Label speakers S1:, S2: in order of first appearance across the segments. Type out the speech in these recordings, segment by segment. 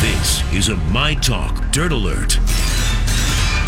S1: This is a My Talk Dirt Alert.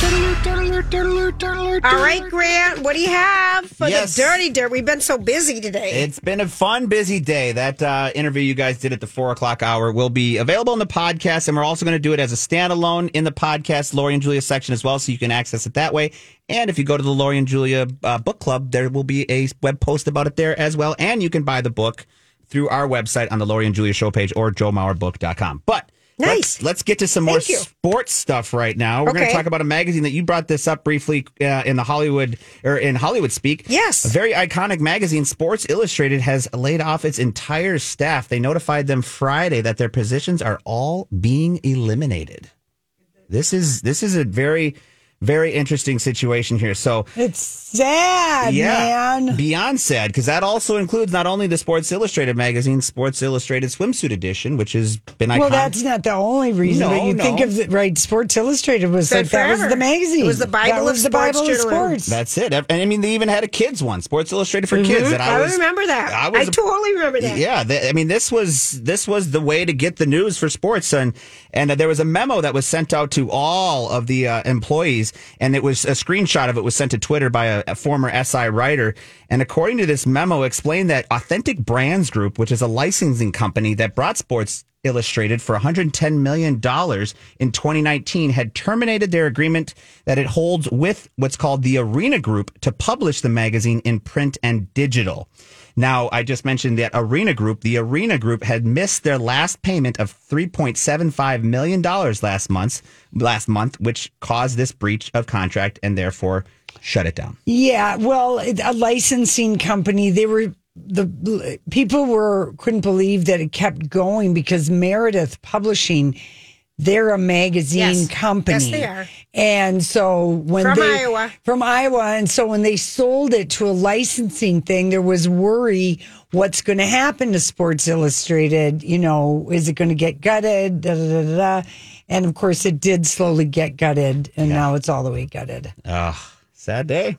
S2: All right, Grant, what do you have for
S3: Yes.
S2: the dirty dirt? We've been so busy today.
S3: It's been a fun, busy day. That uh, interview you guys did at the four o'clock hour will be available in the podcast, and we're also going to do it as a standalone in the podcast Lori and Julia section as well, so you can access it that way. And if you go to the Lori and Julia uh, book club, there will be a web post about it there as well, and you can buy the book through our website on the Lori and Julia show page or joemauerbook.com. But
S2: Nice.
S3: Let's, let's get to some more
S2: Thank you.
S3: sports stuff right now. We're going
S2: Okay.
S3: to talk about a magazine that you brought this up briefly uh, in the Hollywood or in Hollywood speak.
S2: Yes.
S3: A very iconic magazine, Sports Illustrated, has laid off its entire staff. They notified them Friday that their positions are all being eliminated. This is this is a very very interesting situation here. So
S4: It's sad,
S3: yeah,
S4: man.
S3: beyond sad because that also includes not only the Sports Illustrated magazine, Sports Illustrated swimsuit edition, which has been iconic.
S4: Well, that's not the only reason.
S3: No,
S4: but you
S3: no.
S4: think of the, right? Sports Illustrated was
S2: Said
S4: like that was
S2: forever.
S4: the magazine.
S2: It was the Bible
S4: That
S2: of
S4: was the
S2: sports
S4: Bible of
S2: journalism.
S4: sports.
S3: That's it. And I mean, they even had a kids one, Sports Illustrated for kids. That I,
S2: Mm-hmm. I,
S3: was,
S2: remember that. I,
S3: was a-
S2: totally remember that.
S3: Yeah, th- I mean, this was this was the way to get the news for sports, and and uh, there was a memo that was sent out to all of the uh, employees, and it was a screenshot of it was sent to Twitter by a, a former SI writer, and according to this memo, explained that Authentic Brands Group, which is a licensing company that brought sports. Illustrated for $110 million in 2019 had terminated their agreement that it holds with what's called the Arena Group to publish the magazine in print and digital. Now, I just mentioned that Arena Group, the Arena Group had missed their last payment of $3.75 million last month, last month, which caused this breach of contract and therefore shut it down.
S4: Yeah, well, it- a licensing company. They were the people were couldn't believe that it kept going because Meredith Publishing, they're a magazine
S2: Yes.
S4: company.
S2: Yes, they are.
S4: And so when
S2: From
S4: they-
S2: Iowa.
S4: from Iowa, and so when they sold it to a licensing thing, there was worry what's going to happen to Sports Illustrated. You know, is it going to get gutted? Da, da, da, da, da. And of course, it did slowly get gutted, and now it's all the way gutted.
S3: Sad day.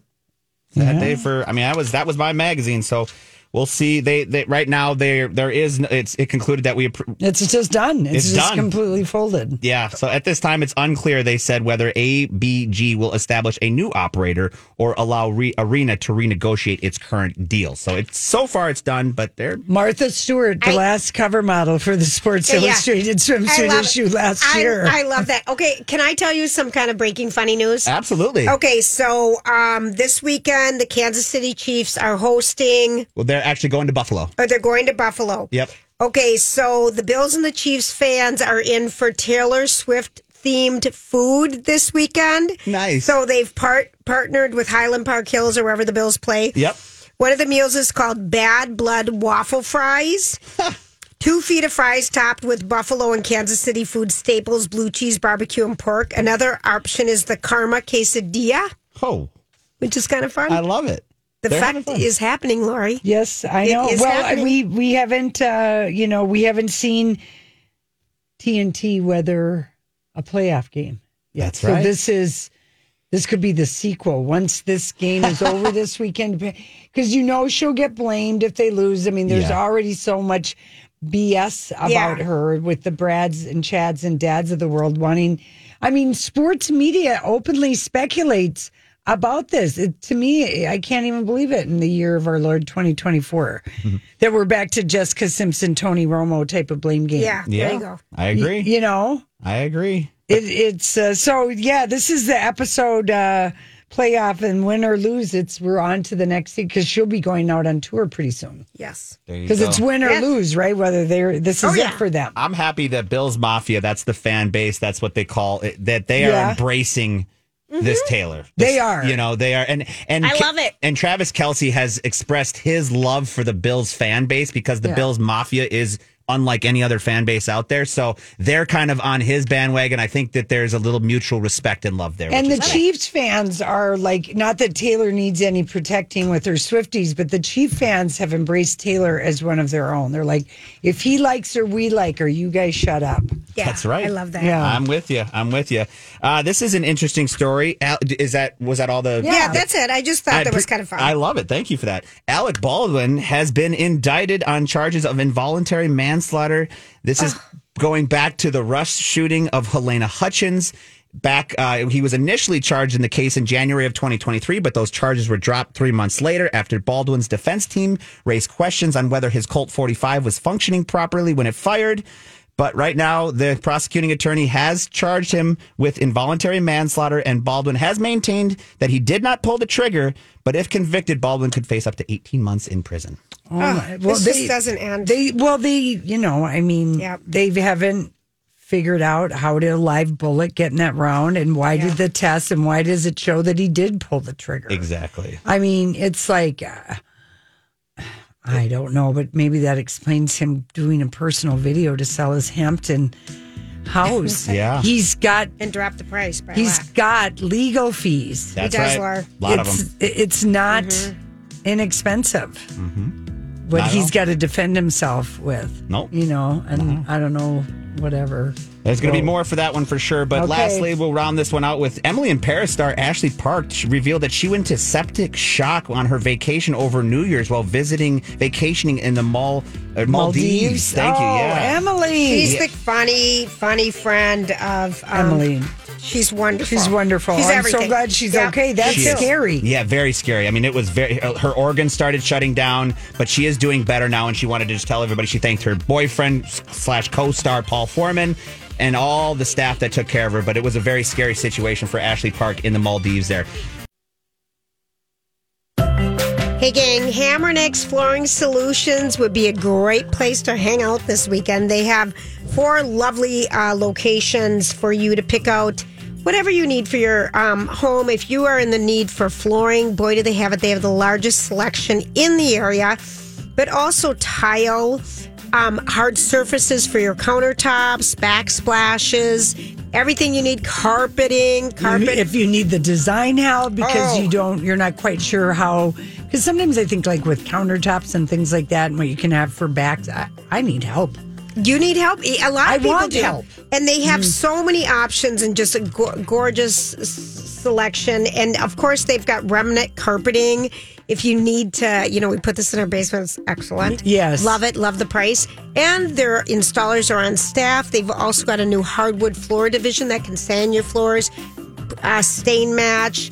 S3: Sad day for I mean, I was that was my magazine, so we'll see. They, they right now there there is n- it's it concluded that we appro-
S4: It's just done. It's,
S3: It's
S4: just
S3: done.
S4: completely folded.
S3: Yeah. So at this time, it's unclear, they said, whether ABG will establish a new operator or allow Re- Arena to renegotiate its current deal. So it's so far it's done, but they're.
S4: Martha Stewart, the
S2: I-
S4: last cover model for the Sports
S2: Yeah, yeah.
S4: Illustrated
S2: I
S4: swimsuit
S2: love it.
S4: issue last
S2: I-
S4: year.
S2: I love that. Okay, can I tell you some kind of breaking funny
S3: Uh.
S2: news?
S3: Absolutely.
S2: Okay, so um, this weekend the Kansas City Chiefs are hosting,
S3: Well, they're actually going to Buffalo.
S2: or they're going to Buffalo.
S3: Yep.
S2: Okay, so the Bills and the Chiefs fans are in for Taylor Swift themed food this weekend.
S3: Nice.
S2: So they've part partnered with Highland Park Hills or wherever the Bills play.
S3: Yep.
S2: One of the meals is called Bad Blood Waffle Fries. Two feet of fries topped with buffalo and Kansas City food staples, blue cheese, barbecue, and pork. Another option is the Karma Quesadilla,
S3: Oh,
S2: which is kind of fun.
S3: I love it.
S2: the
S3: They're
S2: fact
S3: having fun.
S2: is happening, Lori.
S4: yes, I
S2: It
S4: know.
S2: is
S4: Well, I-
S2: happening.
S4: we we haven't uh, you know, we haven't seen TNT weather a playoff game. yet.
S3: That's
S4: So
S3: right.
S4: this is this could be the sequel once this game is over this weekend because you know she'll get blamed if they lose. I mean, there's
S3: Yeah.
S4: already so much BS about
S2: Yeah.
S4: her with the Brads and Chads and Dads of the world wanting. I mean, sports media openly speculates about this. It, to me, I can't even believe it in the year of our Lord 2024
S3: Mm-hmm.
S4: that we're back to Jessica Simpson, Tony Romo type of blame game.
S2: Yeah,
S3: Yeah.
S2: there you go.
S3: I agree.
S4: You know?
S3: I agree.
S4: It, it's uh, so yeah. This is the episode uh, playoff, and win or lose, it's we're on to the next thing because she'll be going out on tour pretty soon.
S2: Yes.
S3: There you
S4: Because it's
S3: go.
S4: win or
S2: Yeah.
S4: lose, right? Whether they're this is
S2: Oh, yeah.
S4: it for them.
S3: I'm happy that Bills Mafia, that's the fan base, that's what they call it, that they are
S4: Yeah.
S3: embracing this Taylor.
S4: They
S3: This-
S4: are.
S3: You know, they are. And, and
S2: I
S3: Ke-
S2: love it.
S3: And Travis Kelsey has expressed his love for the Bills fan base because the Bills Mafia is unlike any other fan base out there. So they're kind of on his bandwagon. I think that there's a little mutual respect and love there.
S4: And
S3: which
S4: the
S3: is cool.
S4: Chiefs fans are like, not that Taylor needs any protecting with her Swifties, but the Chief fans have embraced Taylor as one of their own. They're like, if he likes her, we like her. You guys shut up.
S2: Yeah,
S3: That's right.
S2: I love that.
S4: Yeah.
S3: I'm with you. I'm with you. Uh, this is an interesting story. Al- Is that was that all the
S2: Yeah, that's it. I just thought that was
S3: pre-
S2: kind of fun.
S3: I love it. Thank you for that. Alec
S2: Ah.
S3: Baldwin has been indicted on charges of involuntary manslaughter. This is going back to the Rush shooting of Helena Hutchins. Back, uh, he was initially charged in the case in January of 2023, but those charges were dropped three months later after Baldwin's defense team raised questions on whether his Colt 45 was functioning properly when it fired. But right now, the prosecuting attorney has charged him with involuntary manslaughter, and Baldwin has maintained that he did not pull the trigger. But if convicted, Baldwin could face up to 18 months in prison.
S4: Oh, my-
S2: this just doesn't end.
S4: They well, they you know, I mean,
S2: Yep.
S4: they haven't figured out how did a live bullet get in that round, and why did the test, and why does it show that he did pull the trigger?
S3: Exactly.
S4: I mean, it's like uh, I don't know, but maybe that explains him doing a personal video to sell his Hampton house.
S3: Yeah.
S4: he's got
S2: and drop the price by
S4: he's
S2: a lot.
S4: got legal fees.
S3: That's
S2: does,
S3: right.
S2: Laura.
S3: A lot of
S4: it's,
S3: them.
S4: It's not
S2: Mm-hmm.
S4: inexpensive. What
S3: Mm-hmm. Not at
S4: he's
S3: all.
S4: got to defend himself with.
S3: Nope. Mm-hmm.
S4: You know, and I don't know, whatever.
S3: There's going to be
S4: Well,
S3: more for that one for sure. But
S4: Okay.
S3: lastly, we'll round this one out with Emily in Paris star Ashley Park she revealed that she went to septic shock on her vacation over New Year's while visiting, vacationing in the Mal, uh, Maldives. Thank you.
S4: Oh,
S3: Yeah.
S4: Emily.
S2: She's the funny, funny friend of um,
S4: Emily.
S2: She's wonderful.
S4: She's wonderful.
S2: She's
S4: I'm so
S2: everything.
S4: glad she's
S2: Yeah.
S4: okay. That's
S3: She is.
S4: scary.
S3: Yeah, very scary. I mean, it was very. uh, Her organs started shutting down, but she is doing better now, and she wanted to just tell everybody she thanked her boyfriend s- slash co-star Paul Foreman and all the staff that took care of her. But it was a very scary situation for Ashley Park in the Maldives. There,
S2: Hey, gang, Hammer and X Flooring Solutions would be a great place to hang out this weekend. They have four lovely uh, locations for you to pick out whatever you need for your um, home. If you are in the need for flooring, boy, do they have it. They have the largest selection in the area, but also tile, um, hard surfaces for your countertops, backsplashes, everything you need, carpeting, carpet.
S4: if you need the design help because
S2: Oh.
S4: you don't you're not quite sure how because sometimes i think like with countertops and things like that and what you can have for backs i, I need help
S2: You need help. A lot of
S4: I
S2: people
S4: want
S2: do.
S4: help. Mm.
S2: And they have so many options and just a go- gorgeous s- selection. And of course, they've got remnant carpeting. If you need to, you know, we put this in our basement. It's excellent.
S4: Yes.
S2: Love it. Love the price. And their installers are on staff. They've also got a new hardwood floor division that can sand your floors, uh, stain match,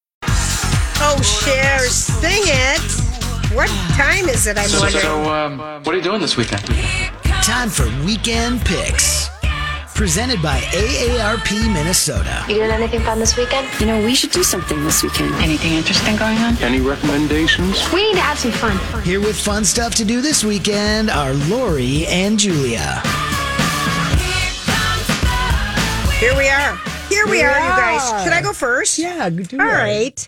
S2: Oh, share, sing it. What time is it? I'm
S5: So,
S2: wondering.
S5: so um, what are you doing this weekend?
S6: Time for weekend picks. Presented by AARP Minnesota.
S7: You doing anything fun this weekend?
S8: You know, we should do something this weekend.
S9: Anything interesting going on?
S5: Any recommendations?
S7: We need to have some fun.
S6: Here with fun stuff to do this weekend are Lori and Julia.
S2: Here we are. Here we are, you guys.
S4: Yeah.
S2: Should I go first?
S4: yeah do
S2: All
S4: it.
S2: right.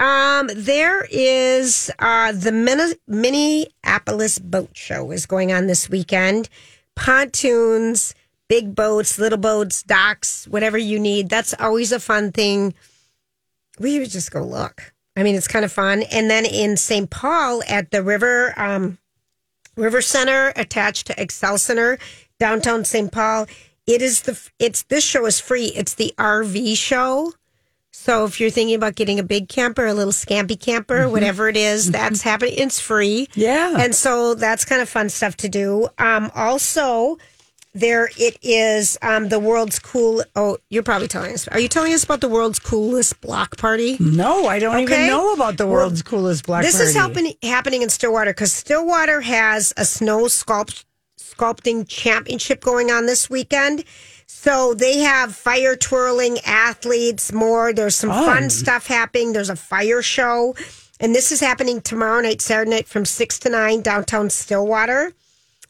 S2: Um, there is uh, the Min- Minneapolis Boat Show is going on this weekend. Pontoons, big boats, little boats, docks, whatever you need. That's always a fun thing. We would just go look. I mean, it's kind of fun. And then in St. Paul at the river, um, River Center attached to Excel Center, downtown St. Paul. It is the it's this show is free. It's the RV show. So if you're thinking about getting a big camper, a little scampy camper, whatever it is, that's happening. It's free.
S4: Yeah.
S2: And so that's kind of fun stuff to do. Um, also, There it is. Um, the world's cool. Oh, you're probably telling us. Are you telling us about the world's coolest block party?
S4: No, I don't
S2: Okay.
S4: even know about the world's coolest black.
S2: this is
S4: Party.
S2: helping, happening in Stillwater because Stillwater has a snow sculpt, sculpting championship going on this weekend. So they have fire twirling athletes, more. There's some fun
S4: Fun.
S2: stuff happening. There's a fire show. And this is happening tomorrow night, Saturday night from 6 to 9, downtown Stillwater.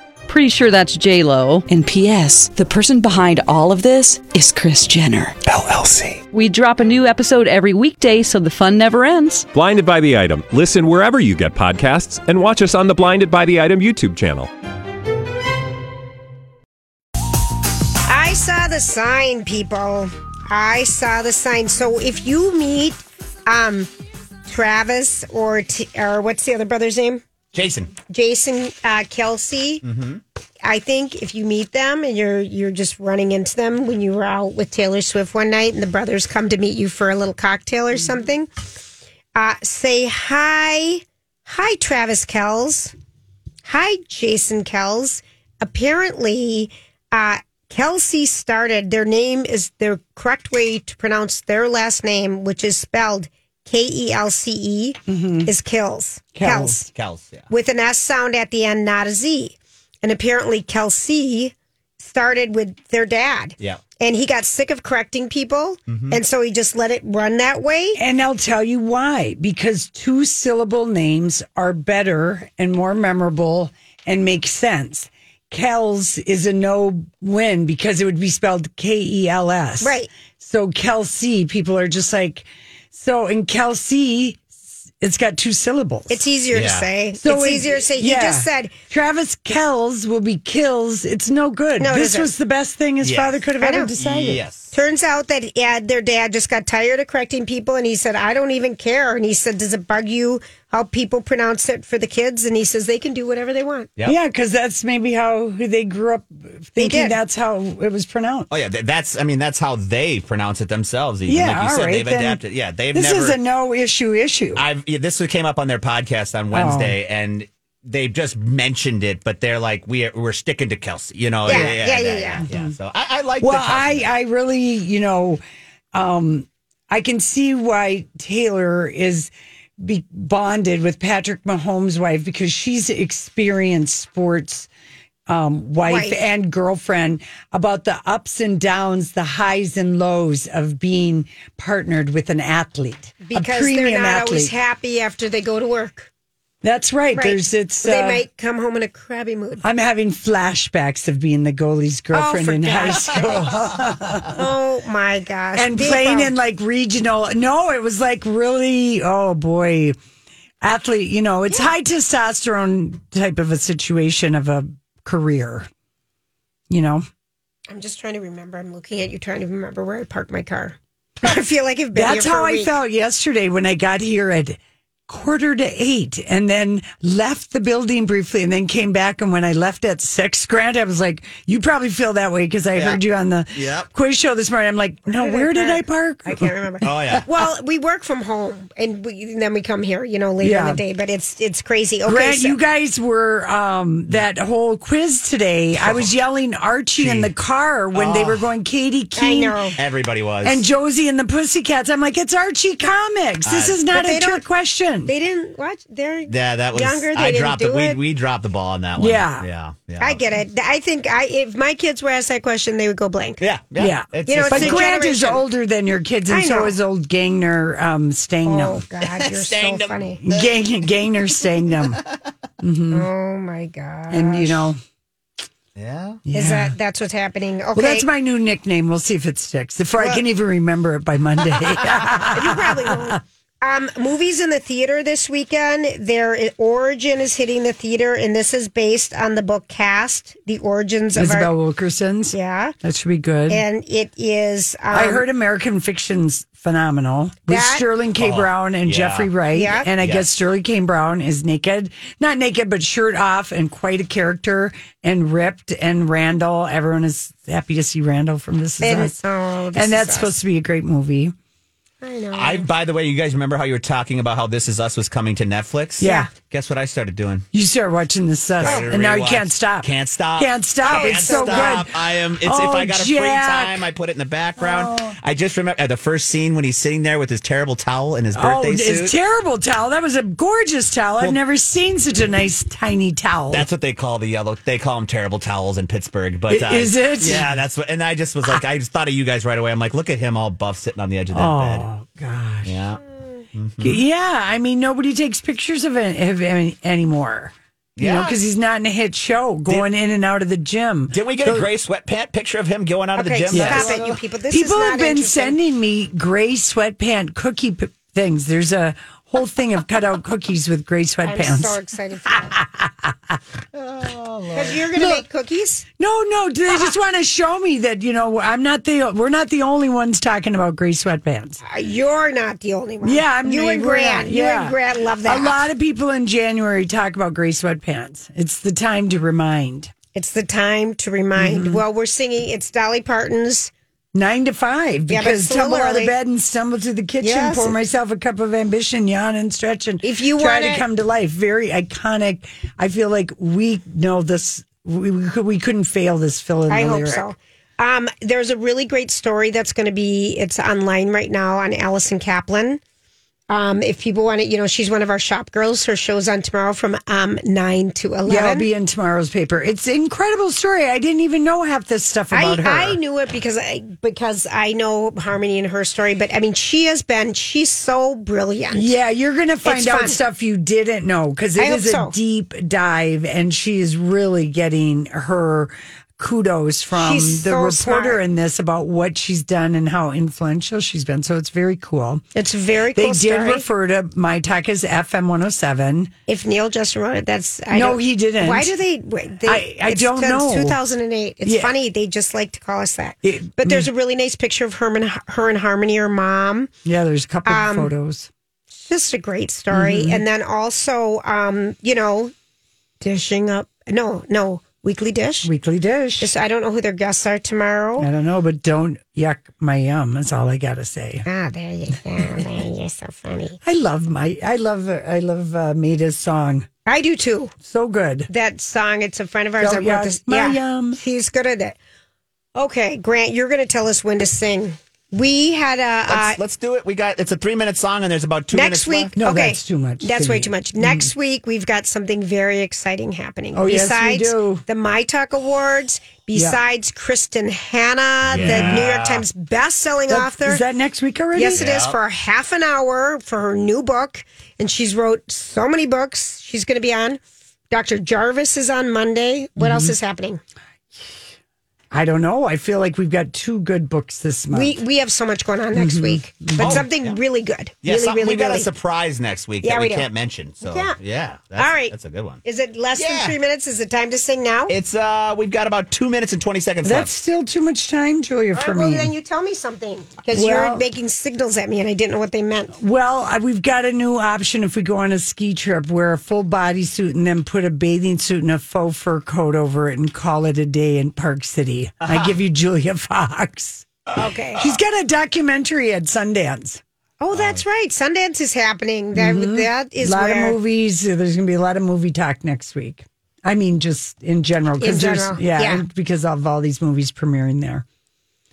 S9: Pretty sure that's J Lo. And P.S. The person behind all of this is Chris Jenner.
S1: LLC.
S9: We drop a new episode every weekday, so the fun never ends.
S1: Blinded by the item. Listen wherever you get podcasts, and watch us on the Blinded by the Item YouTube channel.
S2: I saw the sign, people. I saw the sign. So if you meet um, Travis or, t- or what's the other brother's name?
S3: Jason,
S2: Jason uh, Kelsey. I think if you meet them and you're you're just running into them when you were out with Taylor Swift one night, and the brothers come to meet you for a little cocktail or something, uh, say hi, hi Travis Kells, hi Jason Kells. Apparently, uh, Kelsey started. Their name is their correct way to pronounce their last name, which is spelled K E L C E, is Kills. Kells
S3: Kels, yeah.
S2: with an S sound at the end, not a Z. And apparently, Kelsey started with their dad.
S3: Yeah.
S2: And he got sick of correcting people. And so he just let it run that way.
S4: And I'll tell you why. Because two syllable names are better and more memorable and make sense. Kells is a no win because it would be spelled K E L S.
S2: Right.
S4: So Kelsey, people are just like, so, and Kelsey It's got two syllables.
S2: It's easier to
S3: Yeah.
S2: say. it's
S4: it-
S2: easier to say. You
S4: yeah.
S2: just said
S4: Travis Kells will be kills. It's no good.
S2: No, it
S4: this
S2: isn't.
S4: was the best thing his
S3: Yes.
S4: father could have
S2: I know.
S4: ever decided.
S3: Yes.
S2: Turns out that yeah, their dad just got tired of correcting people, and he said, "I don't even care." And he said, "Does it bug you how people pronounce it for the kids?" And he says, "They can do whatever they want."
S3: Yep.
S4: Yeah, because that's maybe how they grew up thinking
S2: did.
S4: that's how it was pronounced.
S3: Oh yeah, th- that's I mean that's how they pronounce it themselves. Even.
S4: Yeah,
S3: like you
S4: all
S3: said,
S4: right,
S3: they've
S4: then.
S3: adapted. Yeah, they've
S4: This
S3: never.
S4: is a no issue issue.
S3: I've yeah, this came up on their podcast on Wednesday,
S2: Oh.
S3: and they just mentioned it, but they're like, we are, we're sticking to Kelsey, you know?
S2: Yeah, yeah, yeah,
S3: So I, I like.
S4: well,
S3: the Kelsey.
S4: I, I really, you know, um, I can see why Taylor is be bonded with Patrick Mahomes' wife because she's experienced sports um, wife,
S2: Wife.
S4: and girlfriend about the ups and downs, the highs and lows of being partnered with an athlete, a
S2: Because
S4: premium
S2: they're not
S4: athlete.
S2: always happy after they go to work.
S4: That's right.
S2: Right.
S4: There's it's.
S2: they
S4: uh,
S2: might come home in a crabby mood.
S4: I'm having flashbacks of being the goalie's girlfriend
S2: Oh, for
S4: in high
S2: God's
S4: school.
S2: oh my gosh!
S4: and
S2: Big
S4: playing
S2: bump.
S4: in like regional. No, it was like really, oh boy, athlete, you know, it's high testosterone type of a situation of a career, you know?
S2: I'm just trying to remember. I'm looking at you, trying to remember where I parked my car. I feel like I've been
S4: That's
S2: here for
S4: how
S2: a
S4: I
S2: week.
S4: felt yesterday when I got here at quarter to eight and then left the building briefly and then came back. And when I left at six, Grant, I was like, you probably feel that way because I heard you on the
S3: Yep.
S4: quiz show this morning. I'm like, no,
S2: did I
S4: where did I
S2: park?
S4: park?
S2: I can't remember.
S3: Oh, yeah.
S2: Well, we work from home, and, we, and then we come here, you know, later in
S4: Yeah.
S2: the day. But it's it's crazy. Okay,
S4: Grant,
S2: so-
S4: you guys were um, that whole quiz today. I
S2: Oh,
S4: was yelling Archie in the car when they were going Katie King
S2: know.
S3: everybody was.
S4: and Josie and the Pussycats. I'm like, it's Archie Comics. This
S3: Uh,
S4: is not
S2: But they
S4: a trick
S2: don't-
S4: question.
S2: They didn't watch. They're
S3: yeah, that was.
S2: younger. They
S3: I
S2: didn't
S3: dropped
S2: do
S3: the,
S2: it.
S3: We, we dropped the ball on that one.
S4: Yeah.
S3: yeah, yeah.
S2: I get it. I think I if my kids were asked that question, they would go blank.
S3: Yeah, yeah.
S4: yeah,
S3: It's
S2: You know,
S3: just
S4: but
S2: it's
S3: like-
S2: a
S4: Grant is
S2: generation.
S4: older than your kids, and
S2: I
S4: so
S2: know.
S4: is old Gangner
S2: Oh
S4: um, Stangnum.
S2: God, you're so funny.
S4: Gang, Gangner Stangnum, Mm.
S2: Oh my God.
S4: and you know,
S3: yeah.
S2: Is that that's what's happening? Okay,
S4: well, that's my new nickname. We'll see if it sticks. Before I can even remember it by Monday.
S2: you probably won't. Um, movies in the theater this weekend. Their origin is hitting the theater, and this is based on the book Cast: The Origins of
S4: Isabel
S2: Our.
S4: Wilkerson's.
S2: Yeah,
S4: That should be good.
S2: and it is. Um,
S4: I heard American Fiction's phenomenal with
S2: That-
S4: Sterling K. Brown and
S3: Oh, yeah.
S4: Jeffrey Wright.
S2: Yeah.
S4: And I
S3: Yeah.
S4: guess Sterling K. Brown is naked, not naked, but shirt off and quite a character and ripped. And Randall, everyone is happy to see Randall from This Is
S2: And-
S4: Us.
S2: oh, This
S4: and
S2: Is
S4: that's
S2: Us.
S4: supposed to be a great movie.
S2: I know.
S3: I, by the way, you guys remember how you were talking about how This Is Us was coming to Netflix?
S4: Yeah.
S3: Guess what I started doing?
S4: You start watching This Is Us,
S3: Started to
S4: Oh, and now you
S3: rewatch.
S4: can't stop.
S3: Can't stop.
S4: Can't stop.
S3: Can't
S4: it's so
S3: stop.
S4: good.
S3: I am. It's if
S4: Oh,
S3: I got a
S4: Jack. Oh.
S3: free time, I put it in the background. I just remember uh, the first scene when he's sitting there with his terrible towel and his
S4: Oh,
S3: birthday suit.
S4: it's terrible towel. That was a gorgeous towel. I've never seen such a nice tiny towel.
S3: That's what they call the yellow. They call them terrible towels in Pittsburgh. But uh,
S4: I- is it?
S3: Yeah, that's what. And I just was like, I just thought of you guys right away. I'm like, look at him all buff sitting on the edge of that bed.
S4: oh gosh.
S3: Yeah,
S4: Yeah, I mean, nobody takes pictures of him, of him anymore. You know,
S3: Yeah.
S4: because he's not in a hit show going in and out of the gym.
S3: didn't we get a gray sweatpant picture of him going out of the
S2: okay,
S3: gym?
S2: stop
S3: That's-
S2: it, you people. This
S4: People
S2: is not
S4: have been
S2: interesting.
S4: sending me gray sweatpant cookie p- things. There's a whole thing of cutout cookies with gray
S2: I'm
S4: sweatpants.
S2: so excited for that. Oh, Because you're gonna make cookies.
S4: No, no, do they just want to show me that you know I'm not the we're not the only ones talking about gray sweatpants.
S2: Uh, You're not the only one.
S4: Yeah, I'm
S2: you and
S4: we're not-
S2: Grant. You
S4: yeah.
S2: and Grant love that.
S4: A lot of people in January talk about gray sweatpants. It's the time to remind.
S2: It's the time to remind.
S4: Mm-hmm.
S2: Well, we're singing. It's Dolly Parton's.
S4: nine to five
S2: Yeah, but
S4: because
S2: it's a little
S4: tumble out of
S2: early.
S4: bed and stumble to the kitchen,
S2: Yes.
S4: pour myself a cup of ambition, yawn and stretch, and
S2: If you
S4: try
S2: wanna-
S4: to come to life. Very iconic. I feel like we know this. We, we, could- we couldn't fail this fill in the
S2: I hope
S4: lyric.
S2: so. Um, there's a really great story that's going to be. It's online right now on Allison Kaplan. Um, if people want to, you know, she's one of our shop girls. Her show's on tomorrow from um, nine to eleven.
S4: Yeah, I'll be in tomorrow's paper. It's an incredible story. I didn't even know half this stuff about her.
S2: I, I knew it because I because I know Harmony and her story, but I mean she has been she's so brilliant.
S4: Yeah, you're going to find
S2: It's
S4: out
S2: fun.
S4: stuff you didn't know because it
S2: I hope
S4: is a
S2: so.
S4: deep dive, and she is really getting her kudos from
S2: She's
S4: the
S2: so
S4: reporter
S2: smart.
S4: in this about what she's done and how influential she's been. So it's very cool.
S2: It's a very
S4: They
S2: cool
S4: did
S2: story.
S4: refer to my talk as FM 107.
S2: if Neil Justin wrote it, that's I
S4: No,
S2: don't-
S4: he didn't.
S2: Why do they? wait, they
S4: I- I
S2: it's
S4: don't
S2: since
S4: know.
S2: 2008. It's
S4: Yeah.
S2: funny they just like to call us that.
S4: It-
S2: but there's a really nice picture of Herman, her and Harmony, her mom.
S4: Yeah, there's a couple
S2: Um,
S4: of photos.
S2: It's just a great story.
S4: Mm-hmm.
S2: And then also, um, you know, dishing up. No, no, weekly dish.
S4: Weekly dish.
S2: Just- I don't know who their guests are tomorrow.
S4: I don't know, but don't yuck my yum. That's all I gotta say.
S2: Ah, there you go. Man, you're so funny.
S4: I love my, I love, I love uh, Maida's song.
S2: I do too.
S4: So good.
S2: That song, it's a friend of ours
S4: Don't
S2: that
S4: yuck
S2: wrote this.
S4: Oh, my um, yum.
S2: He's good at it. Okay, Grant, you're going to tell us when to sing. We had a.
S3: Let's,
S2: uh,
S3: let's do it. We got it's a three minute song, and there's about two
S2: Next
S3: minutes
S2: week,
S3: left.
S4: No,
S2: okay,
S4: that's too much
S2: That's
S4: to
S2: way
S4: me.
S2: too much. Next week, we've got something very exciting happening.
S4: Oh, yes, we
S2: besides
S4: do.
S2: the My Talk Awards, besides Kristen Hanna, the New York Times best-selling
S4: That,
S2: author.
S4: is that next week already?
S2: Yes, it is for half an hour for her new book, and she's wrote so many books. She's going to be on. Dr. Jarvis is on Monday. What else
S4: Mm-hmm.
S2: is happening?
S4: I don't know. I feel like we've got two good books this month.
S2: We we have so much going on next week, but something really good.
S3: Mm-hmm. Oh, Yeah,
S2: really,
S3: something-
S2: really,
S3: we got
S2: really.
S3: a surprise next week
S2: Yeah,
S3: that
S2: we
S3: we,
S2: do.
S3: can't mention. So
S2: Yeah.
S3: yeah, that's,
S2: All right.
S3: that's a good one.
S2: Is it less than
S3: Yeah.
S2: three minutes? Is it time to sing now?
S3: It's uh, we've got about two minutes and twenty seconds
S4: That's
S3: left.
S4: still too much time, Julia,
S2: All
S4: for
S2: right, well,
S4: me.
S2: then you tell me something because
S4: Well-
S2: you're making signals at me and I didn't know what they meant.
S4: Well, I- we've got a new option if we go on a ski trip, wear a full bodysuit and then put a bathing suit and a faux fur coat over it and call it a day in Park City. I give you Julia Fox.
S2: Uh-huh. Okay.
S4: She's got a documentary at Sundance.
S2: Oh, that's right. Sundance is happening. That,
S3: Mm-hmm.
S2: that
S4: A
S2: is
S4: lot
S2: where
S4: of movies. There's going to be a lot of movie talk next week. I mean, just in general,
S2: In
S4: there's-
S2: general,
S4: yeah,
S2: yeah.
S4: and because of all these movies premiering there.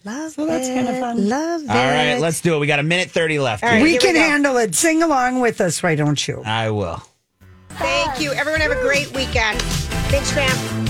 S2: love.
S4: So that's kind of
S2: it,
S4: fun.
S2: Love
S3: All right,
S2: it.
S3: let's do it. We got a minute thirty left.
S2: All right,
S3: here.
S4: we
S2: here we
S4: can
S2: go.
S4: handle it. Sing along with us, why don't you?
S3: I will.
S2: Thank you. Everyone have a great weekend. Thanks, Graham.